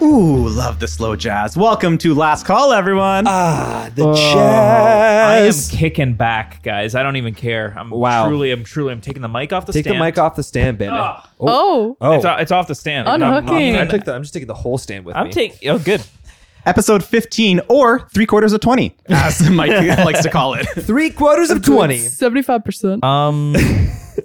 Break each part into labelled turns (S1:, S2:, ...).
S1: love the slow jazz. Welcome to Last Call, everyone.
S2: Ah, the
S3: I am
S2: jazz.
S3: kicking back, guys. I don't even care. I'm
S2: Wow.
S3: truly, I'm truly, I'm taking the mic off the
S2: Take
S3: stand.
S2: the mic off the stand, baby.
S3: Ah.
S4: Oh,
S2: Oh,
S3: It's, o- it's off the stand. I'm not-
S4: Unhooking.
S2: I
S3: I'm,
S2: took the, I'm just taking the whole stand with me.
S3: taking. Oh, good.
S1: Episode 15 or three quarters of 20, as Mike likes to call it.
S2: three quarters of twenty.
S4: seventy-five
S1: Uh,
S4: percent.
S3: Um,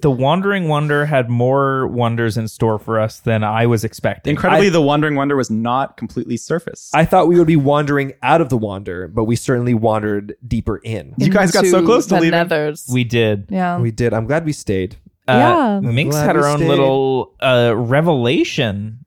S3: the Wandering Wonder had more wonders in store for us than I was expecting.
S1: Incredibly, The Wandering Wonder was not completely surface.
S2: I thought we would be wandering out of the wander, but we certainly wandered deeper in.
S1: you guys got so close to
S4: the
S1: leaving.
S4: Nethers.
S3: I- we did.
S4: yeah.
S2: We did. I'm glad we stayed.
S4: Yeah.
S3: Uh, Minx
S2: glad
S3: had
S2: we
S3: her own
S2: stayed.
S3: little uh, revelation.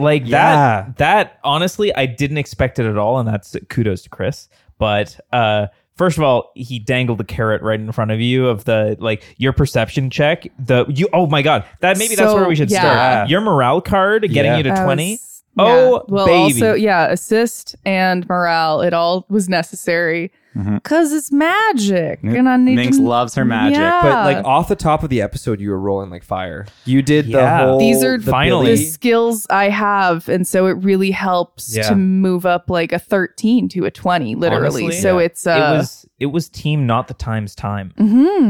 S3: Like
S2: Yeah.
S3: that. That honestly, I didn't expect it at all, and that's kudos to Chris. But uh, first of all, he dangled the carrot right in front of you of the like your perception check. The you. Oh my god, that maybe that's
S4: So,
S3: where we should
S4: yeah.
S3: start. Your morale card getting
S2: Yeah.
S3: you to
S4: I
S3: twenty.
S4: was-
S3: Oh,
S4: yeah. well,
S3: baby.
S4: also, yeah, assist and morale. It all was necessary because it's magic, and I need
S1: Minx
S4: to,
S1: Mm-hmm. loves her magic.
S4: Yeah.
S2: But like off the top of the episode, you were rolling like fire. You did
S3: Yeah.
S2: the whole.
S4: These are
S2: the
S3: Finally.
S4: the
S2: Billy-
S4: skills I have, and so it really helps
S3: Yeah.
S4: to move up like a thirteen to a twenty, literally.
S3: Honestly,
S4: so
S2: yeah.
S4: it's uh, Mm-hmm.
S3: it was it was team not the times time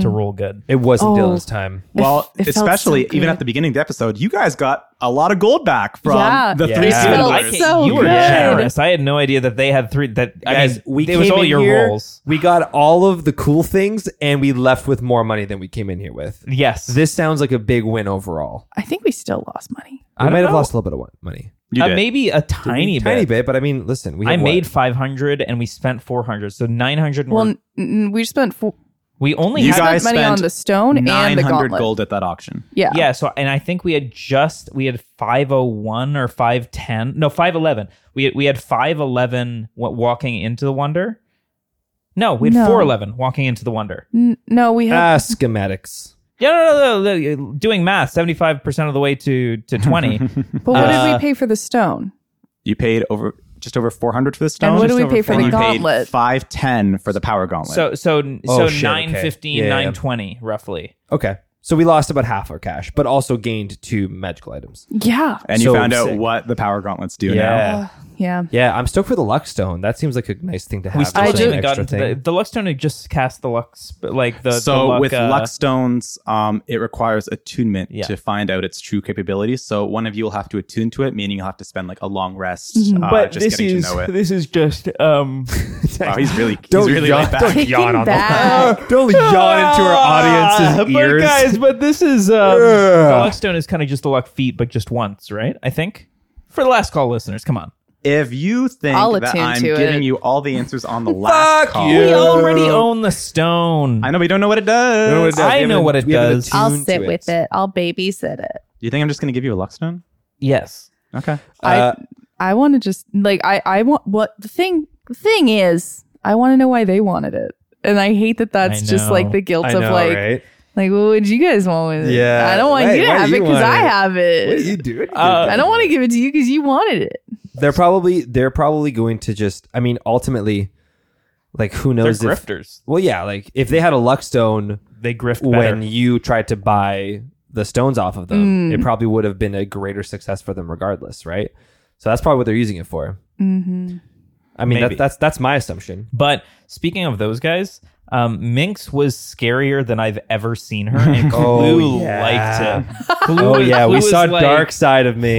S3: to roll good.
S2: it wasn't
S4: Oh.
S2: Dylan's time.
S1: Well,
S4: It- it felt
S1: especially
S4: so
S1: even
S4: good.
S1: at the beginning of the episode, you guys got a lot of gold back from
S4: Yeah.
S1: the
S2: Yeah.
S1: three
S2: It felt
S1: swindlers.
S4: so
S3: you were
S4: good.
S3: generous. I had no idea that they had three. That I
S2: Guys,
S3: mean, it was all your
S2: here,
S3: rolls.
S2: We got all of the cool things, and we left with more money than we came in here with.
S3: Yes,
S2: This sounds like a big win overall.
S4: I think we still lost money.
S2: I
S3: don't
S2: might have
S3: know.
S2: lost a little bit of money.
S1: You
S3: uh,
S1: did.
S3: maybe a tiny,
S2: tiny
S3: bit.
S2: bit, but I mean, listen, we
S3: I
S2: had what?
S3: made five hundred and we spent four hundred, so nine hundred.
S4: Well, n- n- we spent four,
S3: we only
S1: You
S3: had
S1: guys
S4: money
S1: spent
S4: on the stone and the
S1: 900
S4: gauntlet.
S1: gold at that auction.
S4: Yeah,
S3: yeah. So and I think we had just we had five oh one or five ten. No, five eleven. We had, we had five eleven walking into the wonder. No, we had
S4: No.
S3: four eleven walking into the wonder.
S4: N- no, we had
S2: ah schematics.
S3: Yeah, no, no, no, no, no, doing math, seventy five percent of the way to to twenty.
S4: But what did
S3: Uh,
S4: we pay for the stone?
S1: You paid over just over 400 for the stone.
S4: what do we
S1: Just
S4: pay
S1: over
S4: for the
S1: 400. You paid
S4: gauntlet?
S1: 510 for the power gauntlet.
S3: so so
S2: Oh,
S3: so
S2: shit, okay.
S3: nine fifteen,
S2: Yeah, yeah.
S3: nine twenty, roughly.
S2: Okay, so we lost about half our cash, but also gained two magical items.
S4: Yeah,
S1: and you
S2: so
S1: found out
S2: sick.
S1: what the power gauntlets do now.
S4: yeah.
S2: yeah. I'm stoked for the luck stone. That seems like a nice thing to have.
S3: We
S2: just an
S3: still
S4: I
S3: haven't
S4: do-
S2: extra
S3: gotten to the,
S2: thing.
S3: the luck stone. had just cast the luck, sp- like the
S1: so
S3: the luck,
S1: with
S3: uh,
S1: luck stones, um, it requires attunement
S3: Yeah.
S1: to find out its true capabilities. So one of you will have to attune to it, meaning you'll have to spend like a long rest uh,
S3: But
S1: just
S3: this
S1: getting
S3: is
S1: to know it.
S3: this is just um.
S1: Wow, he's really, he's
S2: Don't
S1: really
S2: yawn-
S1: laid back.
S2: don't
S4: Kicking
S2: yawn on
S4: back.
S2: the don't yawn into our
S3: Ah,
S2: audience's ears.
S3: But guys, but this is um, the
S2: Ugh.
S3: luck stone is kind of just the luck feet, but just once, right? I think for the last call listeners, come on.
S1: If you think
S4: I'll
S1: that
S4: attune
S1: I'm
S4: to
S1: giving
S4: it.
S1: you all the answers on the last
S2: Fuck
S1: call,
S2: you.
S3: We already own the stone.
S1: I know we don't know what it does.
S2: know what it does.
S3: I
S2: We
S3: know
S2: haven't-
S3: what it
S2: we haven't
S3: does.
S4: I'll
S2: attuned
S4: sit
S2: to
S4: with it. I'll babysit it.
S1: Do you think I'm just going to give you a luck stone?
S3: Yes.
S1: Okay.
S2: Uh,
S4: I I want to just like I I want what the thing the thing is I want to know why they wanted it. And I hate that that's
S3: I
S4: just like
S3: know.
S4: the guilt
S2: I
S4: of
S2: know,
S4: like
S2: right?
S4: like what would you guys want with it?
S2: Yeah.
S4: I don't want
S2: Wait,
S4: you to
S2: why do
S4: have
S2: you
S4: it because
S2: want
S4: I
S2: it?
S4: have it.
S2: doing?
S3: Uh,
S4: I don't want to give it to you because you wanted it.
S2: They're probably they're probably going to just. I mean, ultimately, like who
S3: They're
S2: knows? If,
S3: grifters.
S2: well, yeah. Like if they had a luck stone
S3: They grift better.
S2: when you tried to buy the stones off of them, it probably would have been a greater success for them, regardless, right? So that's probably what they're using it for. Mm-hmm. I mean,
S3: Maybe.
S2: that, that's that's my assumption.
S3: But speaking of those guys, um, Minx was scarier than I've ever seen her, and
S2: Oh,
S3: Clue
S2: yeah.
S3: liked it. Clue
S2: Oh
S3: was-
S2: yeah, we
S3: Clue
S2: saw
S3: was like,
S2: dark side of me.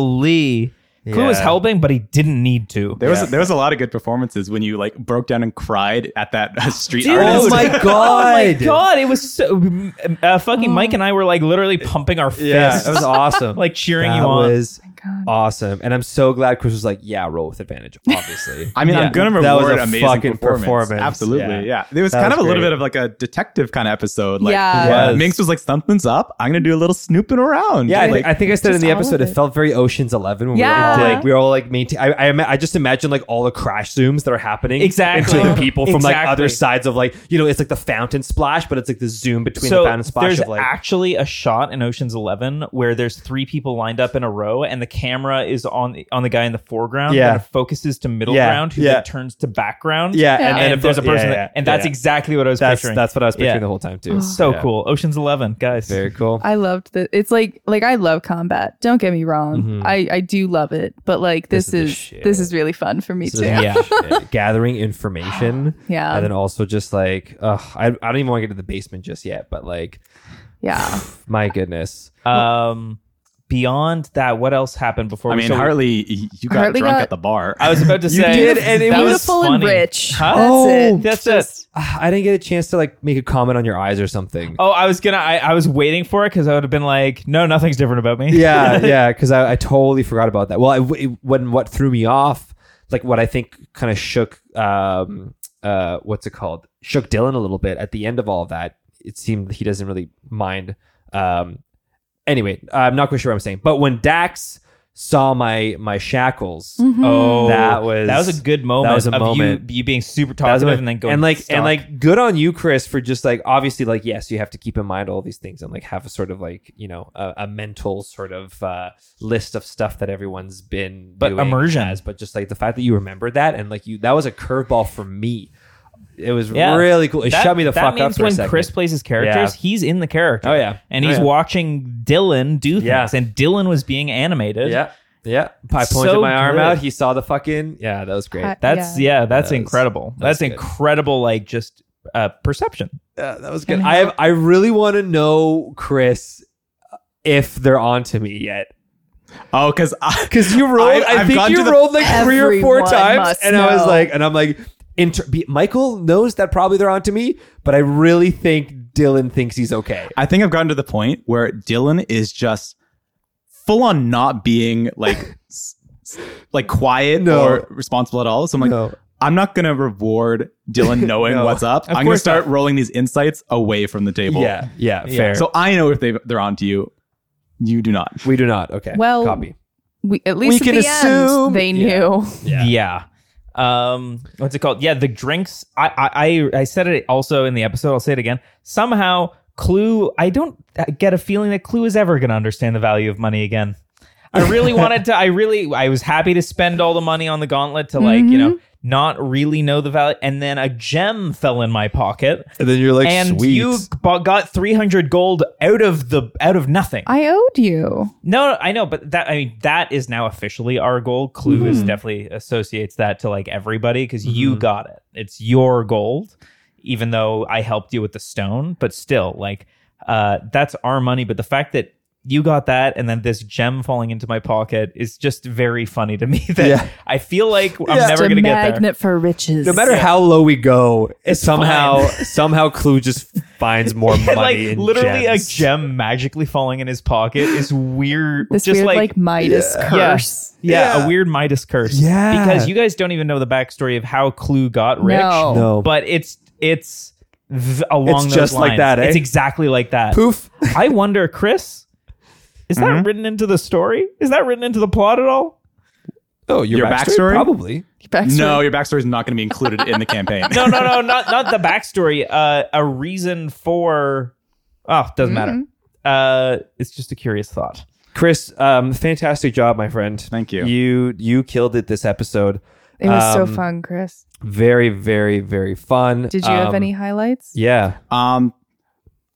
S3: Holy, Clue was
S2: Yeah.
S3: helping, but he didn't need to.
S1: There was there was a lot of good performances when you like broke down and cried at that uh, street
S3: Dude,
S1: artist.
S2: Oh my god!
S3: Oh my god, it was so. Uh, fucking Mike and I were like literally pumping our fists,
S2: Yeah, that was awesome.
S3: like cheering
S2: that
S3: you on.
S2: was awesome, and I'm so glad Chris was like, "Yeah, roll with advantage." Obviously,
S1: I mean,
S3: Yeah.
S1: I'm gonna reward
S2: That was a
S1: amazing
S2: fucking
S1: performance.
S2: performance.
S1: Absolutely,
S2: Yeah.
S1: yeah. It was
S2: That
S1: kind of
S2: was
S1: a little
S2: great.
S1: bit of like a detective kind of episode. Like, uh,
S4: Yeah.
S2: It was.
S1: Minx was like, "Something's up. I'm gonna do a little snooping around."
S2: Yeah, I,
S1: like,
S2: think, I think I said in
S4: just
S2: the
S4: all of
S2: episode it.
S4: it.
S2: felt very Ocean's Eleven. When we were
S4: Yeah. It
S2: all
S4: did.
S2: like we were all like maintain. I, I ima- I just imagine like all the crash zooms that are happening
S3: Exactly.
S2: into the people from like
S3: Exactly.
S2: other sides of like you know it's like the fountain splash, but it's like the zoom between the
S3: so
S2: fountain splash
S3: there's
S2: of like
S3: actually a shot in Ocean's Eleven where there's three people lined up in a row, and the camera is on the, on the guy in the foreground,
S2: Yeah.
S3: then it focuses to middle
S2: Yeah.
S3: ground, who
S2: Yeah.
S3: then turns to background.
S2: Yeah,
S4: Yeah.
S3: and,
S2: then
S3: then if there's a
S2: yeah,
S3: person,
S2: yeah,
S3: that,
S2: yeah.
S3: and that's
S2: Yeah.
S3: exactly what I was
S2: that's
S3: picturing.
S2: that's what I was picturing
S3: Yeah.
S2: the whole time too.
S3: so
S2: Oh. Yeah.
S3: cool. Ocean's Eleven, guys.
S2: Very cool.
S4: I loved that. It's like like I love combat. Don't get me wrong.
S2: Mhm.
S4: I I do love it, but like this,
S2: This is the
S4: is,
S2: shit.
S4: this is really fun for me
S2: So
S4: too.
S2: then-
S4: Yeah.
S3: Yeah.
S2: shit. Gathering information.
S4: Yeah.
S2: And then also just like, ugh, I, I don't even want to get to the basement just yet, but like, my goodness.
S3: Um, beyond that, what else happened before?
S1: I
S3: we-
S1: mean,
S3: so-
S1: Hartley, y- you got
S4: Hartley
S1: drunk
S4: got-
S1: at the bar.
S3: I was about to
S2: You
S3: say
S2: did, and it
S3: that was
S4: Beautiful and
S3: funny.
S4: rich.
S3: Huh?
S4: That's
S2: Oh,
S4: it.
S3: That's
S4: Just-
S3: it.
S2: Ah, I didn't get a chance to like make a comment on your eyes or something.
S3: Oh, I was gonna. I, I was waiting for it because I would have been like, no, nothing's different about me.
S2: yeah, yeah, because I, I totally forgot about that. Well, I, it- when what threw me off, like what I think kind of shook, um, uh, what's it called? Shook Dylan a little bit at the end of all that. It seemed that he doesn't really mind. Um, anyway, I'm not quite sure what I'm saying, but when Dax saw my my shackles,
S3: Oh,
S2: That was-
S3: that was a good moment.
S2: that was a
S3: of
S2: moment.
S3: You, you being super
S2: that was
S3: talkative
S2: my-
S3: and then going
S2: and like
S3: stuck.
S2: and like good on you, Chris, for just like obviously like yes, you have to keep in mind all these things and like have a sort of like you know a, a mental sort of uh, list of stuff that everyone's been
S3: but
S2: doing
S3: immersion.
S2: as, but just like the fact that you remembered that and like you that was a curveball for me. It was
S3: Yeah.
S2: really cool. It
S3: That-
S2: shut me the
S3: that
S2: fuck up
S3: means
S2: for a
S3: when
S2: second.
S3: Chris plays his characters,
S2: Yeah.
S3: he's in the character.
S2: Oh, yeah.
S3: and
S2: Oh,
S3: he's
S2: yeah.
S3: watching Dylan do things,
S2: Yeah.
S3: and Dylan was being animated.
S2: yeah, yeah. I pointed
S3: So
S2: my arm
S3: good.
S2: out. He saw the fucking yeah. That was great.
S4: I-
S3: that's yeah, that's
S2: That was-
S3: incredible.
S2: that was
S3: That's
S2: good.
S3: incredible. Like just uh, perception.
S2: Yeah, that was good. I have. I really want to know Chris if they're on to me yet.
S1: oh, because I,
S2: Because you rolled,
S1: I-
S2: I,
S1: I've
S2: think
S1: gone
S2: you
S1: to the-
S2: rolled like three or four
S4: Everyone
S2: times,
S4: must
S2: and I was
S4: know.
S2: like, and I'm like, inter- be- Michael knows that probably they're onto me, but I really think Dylan thinks he's okay.
S1: I think I've gotten to the point where Dylan is just full on not being like s- s- like quiet
S2: No.
S1: or responsible at all. So I'm like,
S2: No.
S1: I'm not gonna reward Dylan knowing
S2: No.
S1: what's up.
S2: Of
S1: I'm gonna
S2: course
S1: start rolling these insights away from the table.
S2: Yeah, yeah,
S3: Yeah.
S2: fair. So
S1: So I know if they they're onto you. You do not.
S2: we do not. Okay.
S4: Well-
S2: copy.
S4: We, at least
S2: can
S4: at the
S2: assume-
S4: end, they
S2: Yeah.
S4: knew.
S2: Yeah.
S3: Yeah. Um, what's it called? Yeah, the drinks. I, I I I said it also in the episode. I'll say it again. Somehow, Clue. I don't get a feeling that Clue is ever going to understand the value of money again. I really wanted to. I really. I was happy to spend all the money on the gauntlet to like you know not really know the value, and then a gem fell in my pocket,
S2: And then you're like,
S3: and
S2: sweet.
S3: you bu- got three hundred gold out of the out of nothing.
S4: I owed you.
S3: No, I know, but that I mean that is now officially our goal. Clue
S2: Mm-hmm.
S3: is definitely associates that to like everybody because you got it. It's your gold, even though I helped you with the stone. But still, like uh, that's our money. But the fact that you got that and then this gem falling into my pocket is just very funny to me. That
S2: Yeah.
S3: I feel like I'm
S2: Yeah.
S3: never
S4: It's a
S3: gonna get there.
S4: magnet for riches.
S2: no matter how low we go, somehow somehow Clue just finds more money.
S3: like
S2: in
S3: literally
S2: gems.
S3: a gem magically falling in his pocket is weird.
S4: this
S3: just
S4: weird like,
S3: like
S4: Midas curse.
S3: Yeah,
S2: Yeah.
S3: a weird Midas curse.
S2: Yeah.
S3: Because you guys don't even know the backstory of how Clue got rich.
S4: No.
S2: No.
S3: But it's it's v- along
S2: It's
S3: those
S2: just like
S3: lines.
S2: that, eh?
S3: It's exactly like that.
S2: poof.
S3: I wonder, Chris, is that written into the story? Is that written into the plot at all?
S2: Oh, your,
S1: Your backstory?
S2: probably.
S4: Backstory.
S1: No, your backstory is not going to be included in the campaign.
S3: No, no, no, not not the backstory. Uh, a reason for oh, doesn't matter. Uh, it's just a curious thought.
S2: Chris, um, fantastic job, my friend.
S1: Thank you.
S2: You you killed it this episode.
S4: It was so
S2: Um,
S4: fun, Chris.
S2: Very, very, very fun.
S4: Did you have
S2: Um,
S4: any highlights?
S2: Yeah.
S1: Um,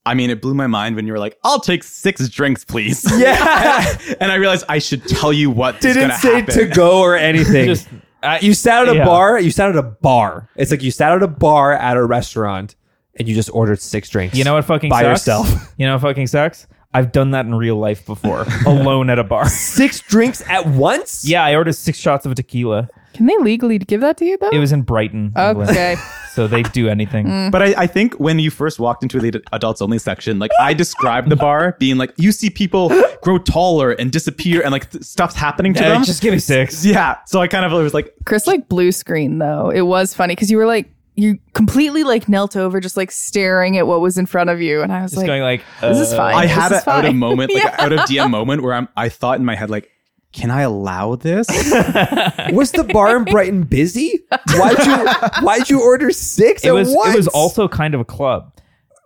S1: I mean, it blew my mind when you were like, "I'll take six drinks, please."
S2: Yeah.
S1: and I realized I should tell you what
S2: Didn't
S1: going
S2: say
S1: happen.
S2: to go or anything.
S3: Just-
S2: uh, you sat at a
S3: yeah.
S2: bar. You sat at a bar. It's like you sat at a bar at a restaurant and you just ordered six drinks.
S3: You know what fucking
S2: By
S3: sucks?
S2: yourself.
S3: You know what fucking sucks? I've done that in real life before, alone at a bar.
S2: Six drinks at once?
S3: Yeah, I ordered six shots of tequila.
S4: Can they legally give that to you though?
S3: It was in Brighton. England.
S4: okay.
S3: So they do anything.
S1: But I, I think when you first walked into the adults only section, like I described the bar being like, you see people grow taller and disappear, and like th- stuff's happening to
S3: Uh,
S1: them.
S3: just give me six.
S1: yeah. So I kind of was like,
S4: Chris like blue screen though. It was funny because you were like you completely like knelt over, just like staring at what was in front of you, and I was
S3: Just
S4: like,
S3: going like,
S4: "This is
S3: uh,
S4: fine."
S1: I
S4: This
S1: had
S4: is
S1: a out of
S4: fine.
S1: moment, like
S4: Yeah.
S1: out of DM moment, where I'm, I thought in my head like, can I allow this?
S2: Was the bar in Brighton busy? Why'd you why'd you order six
S3: uh, It
S2: at
S3: was.
S2: once?
S3: It was also kind of a club.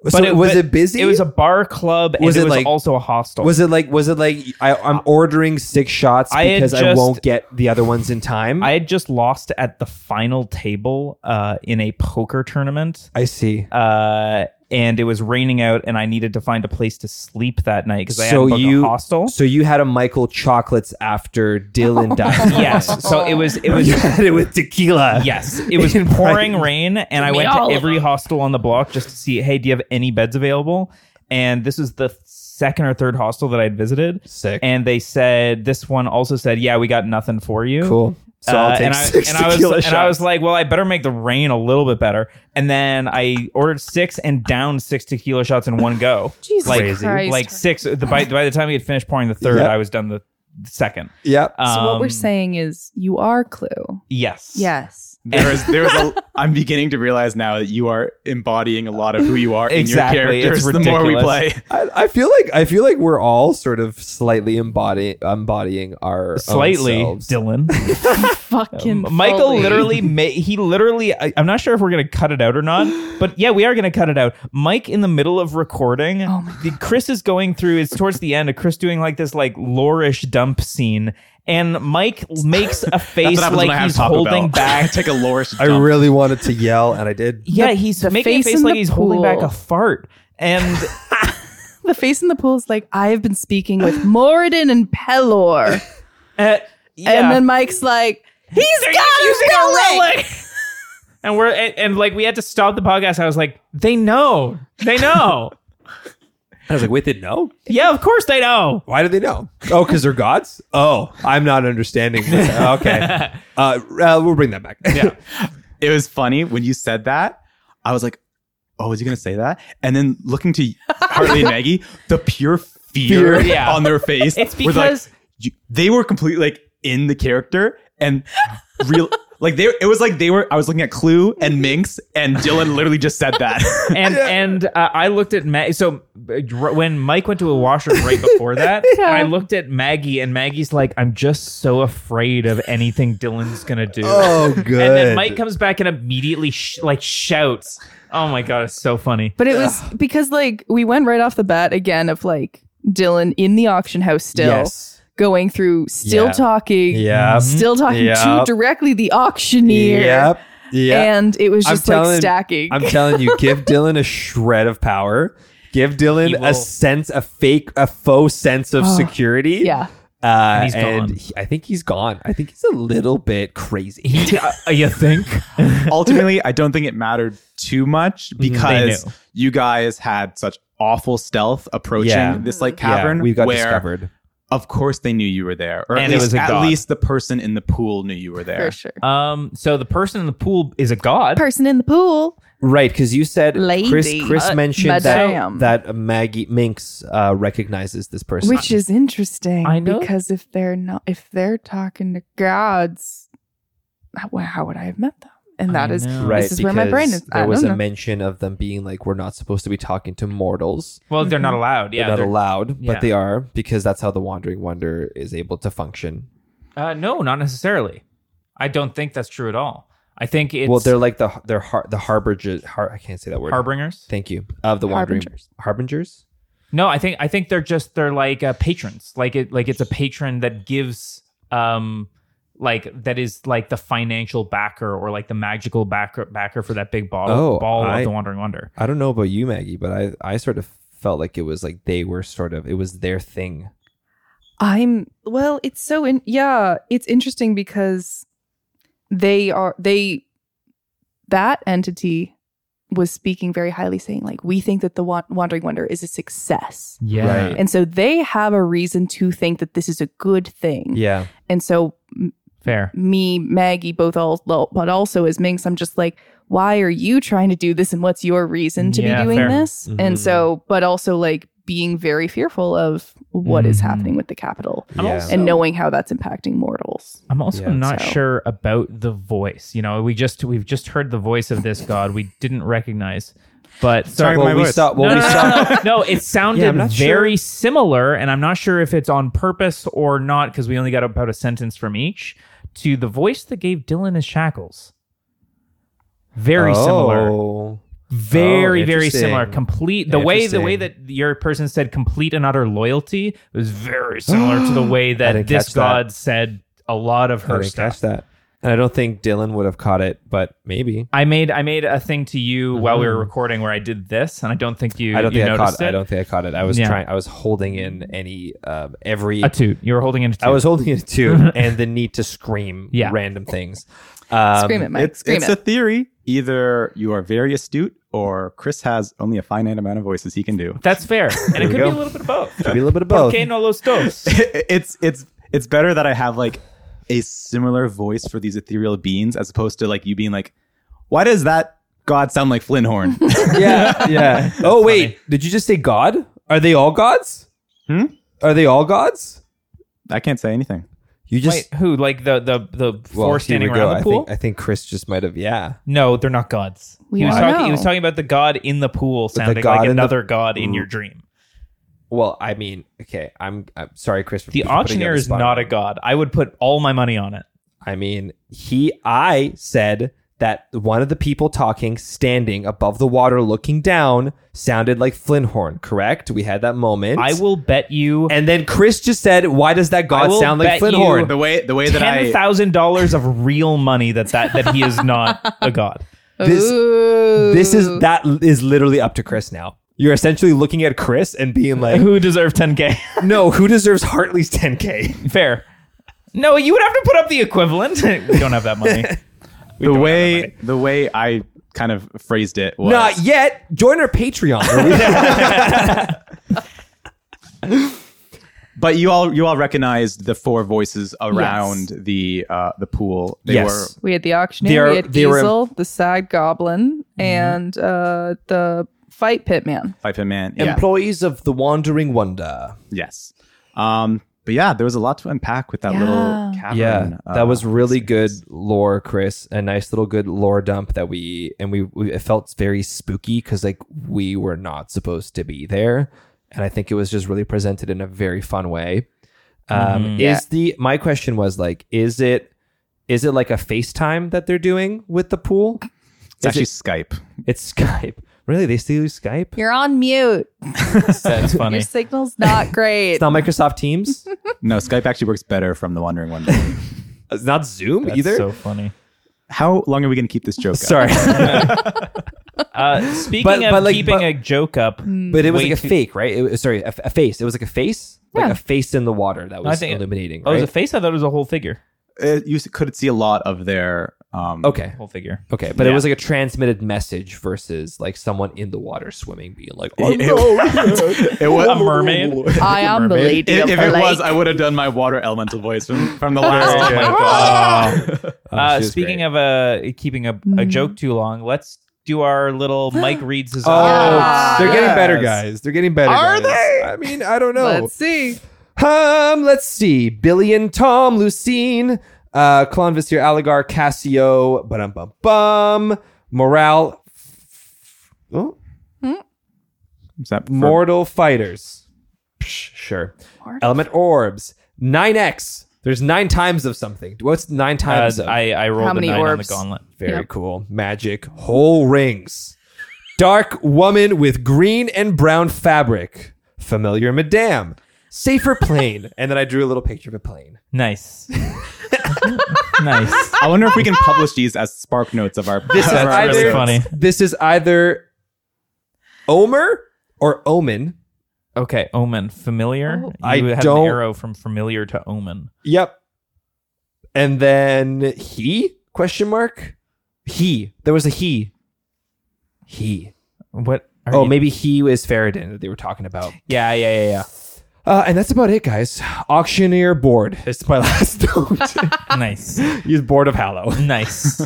S2: so
S3: it-
S2: was
S3: but
S2: it busy?
S3: It was a bar club and
S2: Was
S3: it,
S2: it
S3: was
S2: like-
S3: also a hostel.
S2: Was it like? Was it like? I, I'm ordering six shots
S3: I had
S2: because I
S3: just-
S2: won't get the other ones in time.
S3: I had just lost at the final table uh, in a poker tournament,
S2: I see.
S3: uh, and it was raining out, and I needed to find a place to sleep that night because I had
S2: So
S3: booked
S2: you-
S3: a hostel.
S2: So you had a Michael chocolates after Dylan died.
S3: yes, so it was it was
S2: you had it with tequila.
S3: yes, it was
S2: In
S3: pouring rain, and I
S4: me
S3: went
S4: all
S3: to
S4: of
S3: every hostel on the block just to see, hey, do you have any beds available? And this was the second or third hostel that I had visited.
S2: Sick.
S3: And they said this one also said, yeah, we got nothing for you.
S2: cool. So
S3: Uh,
S2: I'll take
S3: and I,
S2: six
S3: and I was
S2: tequila
S3: and I was
S2: shots.
S3: like, well, I better make the rain a little bit better. And then I ordered six and downed six tequila shots in one go.
S4: Jesus
S3: like,
S4: Crazy. Christ.
S3: Like six. The, by, by the time we had finished pouring the third,
S2: Yeah.
S3: I was done the second.
S2: yep.
S4: so what we're
S3: Um,
S4: saying is you are Clue.
S3: Yes.
S4: Yes.
S1: There is, there is a, I'm beginning to realize now that you are embodying a lot of who you are in
S3: Exactly.
S1: your
S3: It's
S1: characters the more we
S3: ridiculous.
S1: play.
S2: I, I feel like I feel like we're all sort of slightly embody, embodying our own
S3: Slightly,
S2: selves.
S3: Dylan.
S4: Fucking
S3: Michael
S4: fully.
S3: literally, ma- he literally, I, I'm not sure if we're going to cut it out or not, but yeah, we are going to cut it out. Mike, in the middle of recording, the, Chris is going through, it's towards the end of Chris doing like this like lorish dump scene, and Mike makes a
S1: That's what happens
S3: face
S1: when I
S3: like
S1: have
S3: he's
S1: Taco
S3: holding
S1: Bell. I
S3: back.
S1: take a Loris.
S2: I
S1: dump.
S2: really wanted to yell, and I did.
S3: Yeah,
S4: The-
S3: he's
S4: the
S3: making
S4: face
S3: a face
S4: in
S3: like
S4: the
S3: he's holding back a
S4: pool.
S3: fart. And
S4: the face in the pool is like, I have been speaking with Moradin and Pelor.
S3: uh,
S4: And
S3: yeah.
S4: then Mike's like, he's
S3: They're
S4: got
S3: using
S4: a relic.
S3: and we're and, and like we had to stop the podcast. I was like, they know, they know.
S2: I was like, wait, they know?
S3: yeah, of course they know.
S2: Why do they know? Oh, because they're gods. Oh, I'm not understanding. This. Okay, uh, uh, we'll bring that back. Yeah.
S1: It was funny when you said that. I was like, "Oh, is he going to say that?" And then looking to Hartley and Maggie, the pure fear
S2: Fear,
S3: yeah.
S1: on their face.
S3: It's
S1: was like,
S3: because-
S1: you- they were completely like in the character and real. Like they, it was like they were. I was looking at Clue and Minx, and Dylan literally just said that.
S3: and and uh, I looked at Maggie. So uh, dr- when Mike went to a washroom right before that,
S4: Yeah.
S3: I looked at Maggie, and Maggie's like, "I'm just so afraid of anything Dylan's gonna do."
S2: Oh, good.
S3: And then Mike comes back and immediately sh- like shouts, "Oh my god, it's so funny!"
S4: But it was because like we went right off the bat again of like Dylan in the auction house still
S2: Yes.
S4: going through still
S2: Yeah.
S4: talking
S2: Yep.
S3: Mm-hmm.
S4: still talking
S2: Yep.
S4: to directly the auctioneer
S2: Yep. Yep.
S4: and it was
S2: I'm
S4: just like
S2: telling-
S4: stacking
S2: I'm telling you, give Dylan a shred of power. Give
S3: He
S2: Dylan
S3: will.
S2: a sense, a fake, a faux sense of security.
S4: Ah, yeah
S2: Uh,
S3: And he's
S2: and
S3: gone.
S2: he- I think he's gone. I think he's a little bit crazy.
S3: Uh, you think?
S1: Ultimately, I don't think it mattered too much because
S3: Mhm. knew.
S1: you guys had such awful stealth approaching
S2: Yeah.
S1: this like
S2: Yeah,
S1: cavern.
S2: we got
S1: where
S2: discovered.
S1: Of course, they knew you were there, or at,
S3: And it
S1: least,
S3: was a
S1: at
S3: god.
S1: least the person in the pool knew you were there.
S4: for sure
S3: Um, so the person in the pool is a god.
S4: person in the pool
S2: Right, because you said Chris.
S4: Lady,
S2: Chris
S4: uh,
S2: mentioned
S4: madame.
S2: that that Maggie Minx uh, recognizes this person.
S4: which is interesting
S3: I know.
S4: because if they're not if they're talking to gods how, well, how would I have met them and that
S3: I
S4: is
S3: know.
S2: right,
S4: this is where my brain
S2: because
S4: is I
S2: There was
S4: don't
S2: a
S4: know.
S2: mention of them being like, "We're not supposed to be talking to mortals.
S3: Well, they're
S2: mm-hmm.
S3: not allowed. Yeah,
S2: they're not
S3: they're-
S2: allowed,
S3: yeah.
S2: but they are because that's how the Wandering Wonder is able to function."
S3: Uh, no, not necessarily. I don't think that's true at all. I think it's
S2: well, they're like the they're har- the harbinger. Har- I can't say that word.
S3: harbingers.
S2: Thank you. Of the wandering
S4: Harbingers.
S2: harbingers.
S3: No, I think I think they're just they're like uh, patrons. Like it like it's a patron that gives um like that is like the financial backer or like the magical backer backer for that big ball
S2: Oh,
S3: ball
S2: I-
S3: of the wandering wonder.
S2: I don't know about you, Maggie, but I I sort of felt like it was like they were sort of it was their thing.
S4: I'm well, it's so in yeah, it's interesting because they are they that entity was speaking very highly saying like we think that the Wan- wandering wonder is a success.
S3: Yeah.
S2: Right.
S4: And so they have a reason to think that this is a good thing.
S3: Mm.
S2: Yeah.
S4: And so m-
S3: Fair.
S4: me, Maggie, both all well, but also as Minx, I'm just like why are you trying to do this and what's your reason to
S3: Yeah,
S4: be doing
S3: fair. Mm-hmm,
S4: this?
S2: Mhm.
S4: And so but also like being very fearful of what is
S3: Mhm.
S4: happening with the capital
S3: I'm
S2: yeah.
S3: also-
S4: and knowing how that's impacting mortals.
S3: I'm also
S2: Yeah.
S3: not
S4: So-
S3: sure about the voice. You know, we just we've just heard the voice of this god we didn't recognize. But
S1: Sorry,
S2: well,
S1: my
S2: we
S1: voice.
S2: saw. Well,
S3: no,
S2: we
S3: no, no,
S2: saw.
S3: no, no. No, it sounded
S2: Yeah, I'm not
S3: very similar, and I'm not sure if it's on purpose or not because we only got about a sentence from each to the voice that gave Dylan his shackles. Very similar.
S2: Oh.
S3: Very,
S2: Oh,
S3: very
S2: interesting.
S3: similar. Complete the way the
S2: Interesting.
S3: way that your person said complete and utter loyalty was very similar to the way that
S2: didn't
S3: this
S2: catch that.
S3: god said a lot of
S2: I
S3: her
S2: didn't
S3: stuff.
S2: catch that. And I don't think Dylan would have caught it, but maybe.
S3: I made I made a thing to you while we were
S2: Mhm.
S3: recording where I did this, and I don't think you.
S2: I don't
S3: you
S2: think I
S3: noticed
S2: caught it. I
S3: it.
S2: don't think I caught it. I was
S3: Yeah.
S2: trying. I was holding in any um, every.
S3: A toot. You were holding in a toot.
S2: I was holding in a tune and the need to scream
S3: Yeah.
S2: random things. Um,
S4: Scream it, Mike.
S1: It's
S4: Scream
S1: it's
S4: it.
S1: a theory. Either you are very astute, or Chris has only a finite amount of voices he can do.
S3: That's fair, and it
S2: we
S3: could
S2: go.
S3: be a little bit of both.
S2: Could be a little bit of
S3: ¿Por
S2: both.
S3: qué no los dos?
S1: it's it's it's better that I have like a similar voice for these ethereal beings as opposed to like you being like, why does that god sound like Flinhorn?
S2: yeah, yeah. Oh wait, did you just say God? Are they all gods?
S1: Hmm?
S2: Are they all gods?
S1: I can't say anything.
S2: You just
S3: Wait, who? Like the the the
S2: well,
S3: four
S2: here
S3: standing
S2: we go.
S3: around
S2: I
S3: the pool?
S2: think I think Chris just might have. Yeah,
S3: no, they're not gods.
S4: We
S3: he was
S4: don't
S3: talking. He
S4: know.
S3: was talking about the god in the pool
S2: the
S3: sounding
S2: god in
S3: like
S2: the-
S3: another god in your dream.
S2: Well, I mean, okay. I'm, I'm sorry, Chris. for
S3: The
S2: putting you on
S3: auctioneer is
S2: spot.
S3: not a god. I would put all my money on it.
S2: I mean, he. I said that one of the people talking, standing above the water, looking down, sounded like Flinhorn. Correct. We had that moment.
S3: I will bet you
S2: And then Chris just said, "Why does that
S3: I
S2: god
S3: will
S2: sound like
S3: bet you-
S2: Flinhorn?"
S1: The way the way that
S3: ten
S1: I
S3: thousand dollars of real money that that that he is not a god.
S2: this-
S4: Ooh.
S2: This is that is literally up to Chris now. You're essentially looking at Chris and being like,
S3: Who deserved ten k?
S2: "No, who deserves Hartley's 10k?"
S3: Fair. No, you would have to put up the equivalent. we don't have that money.
S1: the way the way I kind of phrased it was
S2: Not yet. Join our Patreon.
S1: But you all you all recognized the four voices around the uh, the pool. They
S2: Yes.
S1: were
S4: We had the
S2: They
S4: auctioneer,
S2: are-
S4: we had
S2: they were-
S4: Diesel, the sad goblin, and uh, the fight pit man.
S1: Five Pin Man. Yeah.
S2: Employees of the Wandering Wonder.
S1: yes. Um, but yeah, there was a lot to unpack with that
S4: Yeah.
S1: little cavern.
S2: Yeah,
S1: uh,
S2: that was really good lore, Chris. A nice little good lore dump that we and we, we it felt very spooky because like we were not supposed to be there, and I think it was just really presented in a very fun way. Um, Is
S4: Yeah.
S2: the my question was like, is it is it like a FaceTime that they're doing with the pool?
S1: it's actually Skype.
S2: It's Skype. Really, they still use Skype?
S4: You're on mute.
S3: That's funny.
S4: Your signal's not great.
S2: It's not Microsoft Teams.
S1: No, Skype actually works better from the Wandering Wonder.
S2: it's not Zoom
S3: That's
S2: either.
S3: so funny.
S1: How long are we going to keep this joke? up?
S2: Sorry,
S3: Uh, speaking
S2: But-
S3: of
S2: but, like,
S3: keeping
S2: but-
S3: a joke up,
S2: but it was
S3: Way
S2: like a
S3: too-
S2: fake, right? It was, sorry, a, a face. It was like a face, like
S4: Yeah.
S2: a face in the water that
S3: I
S2: was
S3: think-
S2: illuminating.
S3: oh, it was a
S2: right?
S3: face. I thought it was a whole figure.
S1: Uh, you s- could see a lot of their. Um,
S2: okay,
S3: Whole figure.
S2: okay, but it
S3: Yeah.
S2: was like a transmitted message versus like someone in the water swimming, being like, "Oh,
S1: It,
S2: no." Oh,
S1: it, was
S3: A mermaid?
S4: I am the lady.
S1: If,
S4: of
S1: if
S4: the
S1: it was,
S4: lake.
S1: I would have done my water elemental voice from, from the last.
S3: Very
S1: one.
S3: good.
S2: Oh,
S3: uh,
S2: she was
S3: speaking
S2: great.
S3: of uh, keeping a, a
S4: Mm-hmm.
S3: joke too long, let's do our little Mike reads his.
S2: Oh, they're getting
S1: yes.
S2: better, guys. They're getting better.
S1: Are
S2: guys.
S1: they?
S2: I mean, I don't know.
S4: Let's see.
S2: Um, let's see. Billy and Tom, Lucine, uh, Clon Vizier, Aligar, Cassio, bum bum bum, Morale, oh,
S1: Is that for-
S2: Mortal Fighters. Psh, Sure.
S4: Mortal
S2: Element Orbs, 9X. There's nine times of something. What's nine
S3: Uh,
S2: times of?
S3: I I rolled
S4: How
S3: a
S4: many
S3: nine
S4: orbs?
S3: on the gauntlet.
S2: Very
S4: Yep.
S2: cool. Magic. Whole rings. Dark woman with green and brown fabric. Familiar madame. Safer plane. and then I drew a little picture of a plane.
S3: Nice, nice.
S1: I wonder if we can publish these as spark notes of our.
S2: This
S1: of
S2: is
S1: our
S3: That's
S2: either
S3: really
S1: episodes.
S3: funny.
S2: this is either Omer or Omen.
S3: Okay, Omen familiar.
S4: Oh.
S2: I
S3: you had
S2: don't-
S3: an arrow from familiar to Omen.
S2: Yep. And then he? Question mark. He. There was a he. He.
S3: What? Are
S2: oh,
S3: you-
S2: maybe he was Faradin that they were talking about.
S3: Yeah, yeah, yeah,
S2: Uh, and that's about it, guys. Auctioneer bored. It's my last note.
S3: yeah. nice,
S2: He's bored of Hallow.
S3: nice.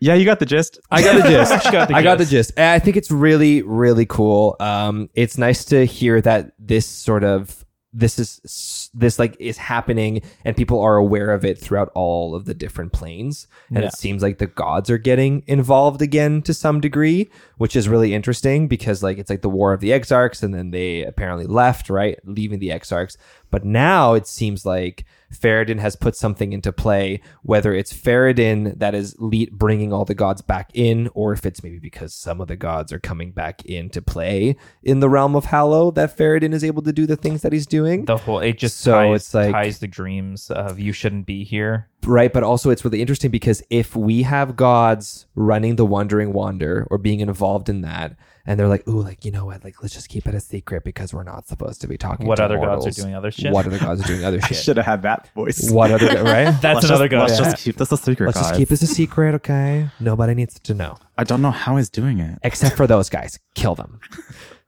S1: Yeah, you got the gist.
S2: I got the gist.
S3: got the
S2: I got the
S3: gist.
S2: gist. And I think it's really, really cool. Um, it's nice to hear that this sort of this is this like is happening and people are aware of it throughout all of the different planes and
S3: Yeah.
S2: it seems like the gods are getting involved again to some degree which is really interesting because like it's like the war of the exarchs and then they apparently left right leaving the exarchs but now it seems like Faradin has put something into play, whether it's Faradin that is le- bringing all the gods back in, or if it's maybe because some of the gods are coming back into play in the realm of Hallow that Faradin is able to do the things that he's doing.
S3: The whole it just
S2: So
S3: ties,
S2: it's like-
S3: ties the dreams of you shouldn't be here.
S2: right but also it's really interesting because if we have gods running the wandering wander or being involved in that and they're like ooh like you know what like let's just keep it a secret because we're not supposed to be talking
S3: What
S2: to
S3: other gods are
S2: mortals.
S3: doing other shit?
S2: what other gods are doing other
S1: I
S2: shit
S1: should have had that voice.
S2: what other go- right
S3: That's
S1: Let's
S3: another
S1: just,
S3: god.
S1: Let's
S3: Yeah.
S1: just keep this a secret,
S2: let's just
S1: guys.
S2: keep this a secret okay nobody needs to know
S1: I don't know how he's doing it.
S2: except for those guys kill them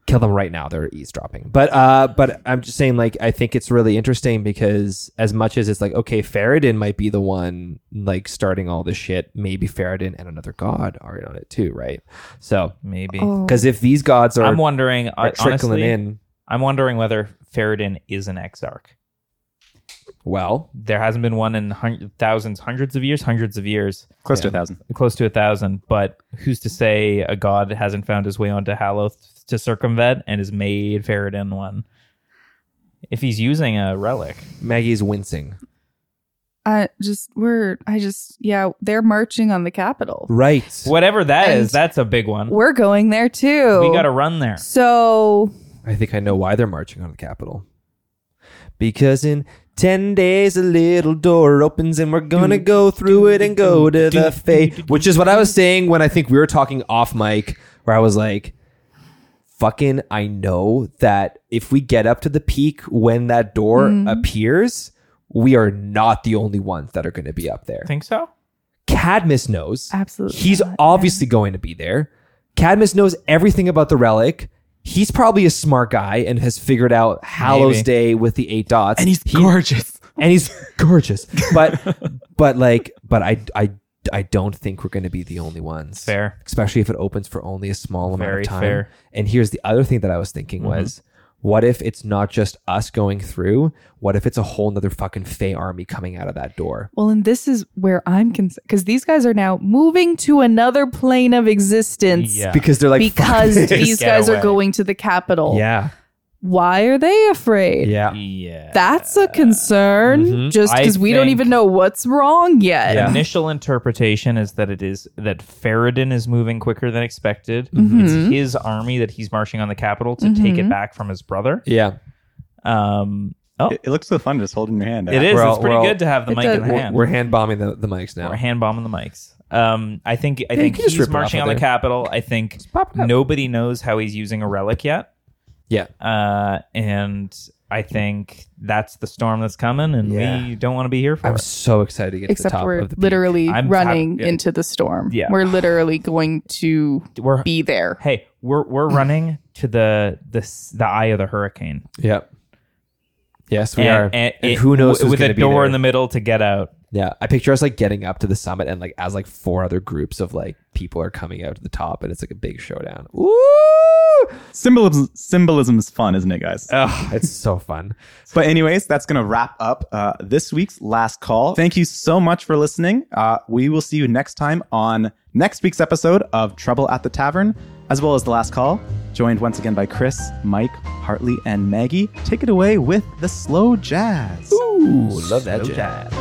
S2: kill them right now they're eavesdropping but uh but i'm just saying like i think it's really interesting because as much as it's like okay Faradin might be the one like starting all this shit maybe Faradin and another god are in on it too right so
S3: Maybe.
S4: Oh.
S2: because if these gods are,
S3: I'm wondering
S2: are
S3: uh,
S2: trickling
S3: honestly.
S2: in
S3: I'm wondering whether Faradin is an exarch.
S2: well
S3: There hasn't been one in hun- thousands, hundreds of years, hundreds of years,
S1: Close to
S2: Yeah.
S1: a thousand.
S3: close to a thousand. But who's to say a god hasn't found his way onto Hallow th- to circumvent and has made Faradin one? If he's using a relic,
S2: maggie's wincing
S4: I just we're I just yeah, they're marching on the Capitol.
S2: right
S3: whatever that is,
S4: And-
S3: that's a big one.
S4: We're going there too.
S3: We got to run there.
S4: So
S2: i think i know why they're marching on the capitol because in 10 days a little door opens and we're gonna go through it and go to the faith which is what i was saying when i think we were talking off mic where i was like fucking i know that if we get up to the peak when that door appears we are not the only ones that are going to be up there
S3: Think so?
S2: cadmus knows
S4: Absolutely
S2: he's
S4: not,
S2: obviously going to be there cadmus knows everything about the relic he's probably a smart guy and has figured out hallows
S3: Maybe.
S2: day with the eight dots
S1: And he's
S2: He-
S1: gorgeous.
S2: and he's gorgeous. But but like but I I I don't think we're going to be the only ones.
S3: Fair.
S2: Especially if it opens for only a small amount
S3: Very
S2: of time.
S3: fair.
S2: And here's the other thing that I was thinking was what if it's not just us going through? What if it's a whole nother fucking Fey army coming out of that door?
S4: Well, and this is where I'm concerned because these guys are now moving to another plane of existence
S3: Yeah.
S2: Because they're like fuck
S4: because
S2: this.
S4: these
S3: Get
S4: guys
S3: away.
S4: are going to the Capitol.
S2: Yeah.
S4: Why are they afraid?
S2: Yeah.
S3: Yeah. Mm-hmm.
S4: That's a concern
S2: Mhm.
S4: just
S3: I
S4: because we don't
S3: think-
S4: even know what's wrong yet.
S2: Yeah.
S3: Initial interpretation is that it is that Faradin is moving quicker than expected. It's his army that he's marching on the capital to take it back from his brother.
S2: Yeah.
S3: Um, oh,
S1: It, it looks so fun just holding your hand. out.
S3: it is.
S2: We're all-
S3: it's pretty
S2: we're all-
S3: good to have the
S4: It
S3: mic
S4: does-
S3: in the
S4: We're-
S3: hand.
S2: We're hand bombing the, the mics now.
S3: We're hand bombing the mics. Um, I think I
S2: you
S3: think
S2: can just
S3: he's
S2: rip it off
S3: marching
S2: of
S3: on the
S2: there.
S3: capital. I think
S2: pop it up.
S3: nobody knows how he's using a relic yet.
S2: yeah.
S3: Uh, and I think that's the storm that's coming, and
S2: Yeah.
S3: we don't want to be here for
S2: I'm
S3: it.
S2: so excited to get to the
S4: Except
S2: top
S4: we're
S2: of the peak.
S4: literally
S3: I'm
S4: running
S3: happy- yeah.
S4: into the storm.
S3: Yeah.
S4: We're literally going to
S3: We're
S4: be there.
S3: hey, we're we're running to the the s- the eye of the hurricane.
S2: Yep. Yes, we
S3: And-
S2: are.
S3: and
S2: And,
S3: it-
S2: who knows
S3: w-
S2: who's
S3: with
S2: gonna
S3: a
S2: be
S3: door
S2: there.
S3: in the middle to get out.
S2: Yeah, I picture us like getting up to the summit and like as like four other groups of like people are coming out to the top and it's like a big showdown. Ooh,
S1: Symbolism, symbolism is fun, isn't it, guys?
S3: Oh.
S2: Ugh, it's so fun.
S1: But anyways, that's going to wrap up uh, this week's last call. Thank you so much for listening. Uh, we will see you next time on next week's episode of Trouble at the Tavern, as well as the last call, joined once again by Chris, Mike, Hartley, and Maggie. Take it away with the slow jazz.
S2: Ooh, love that jazz.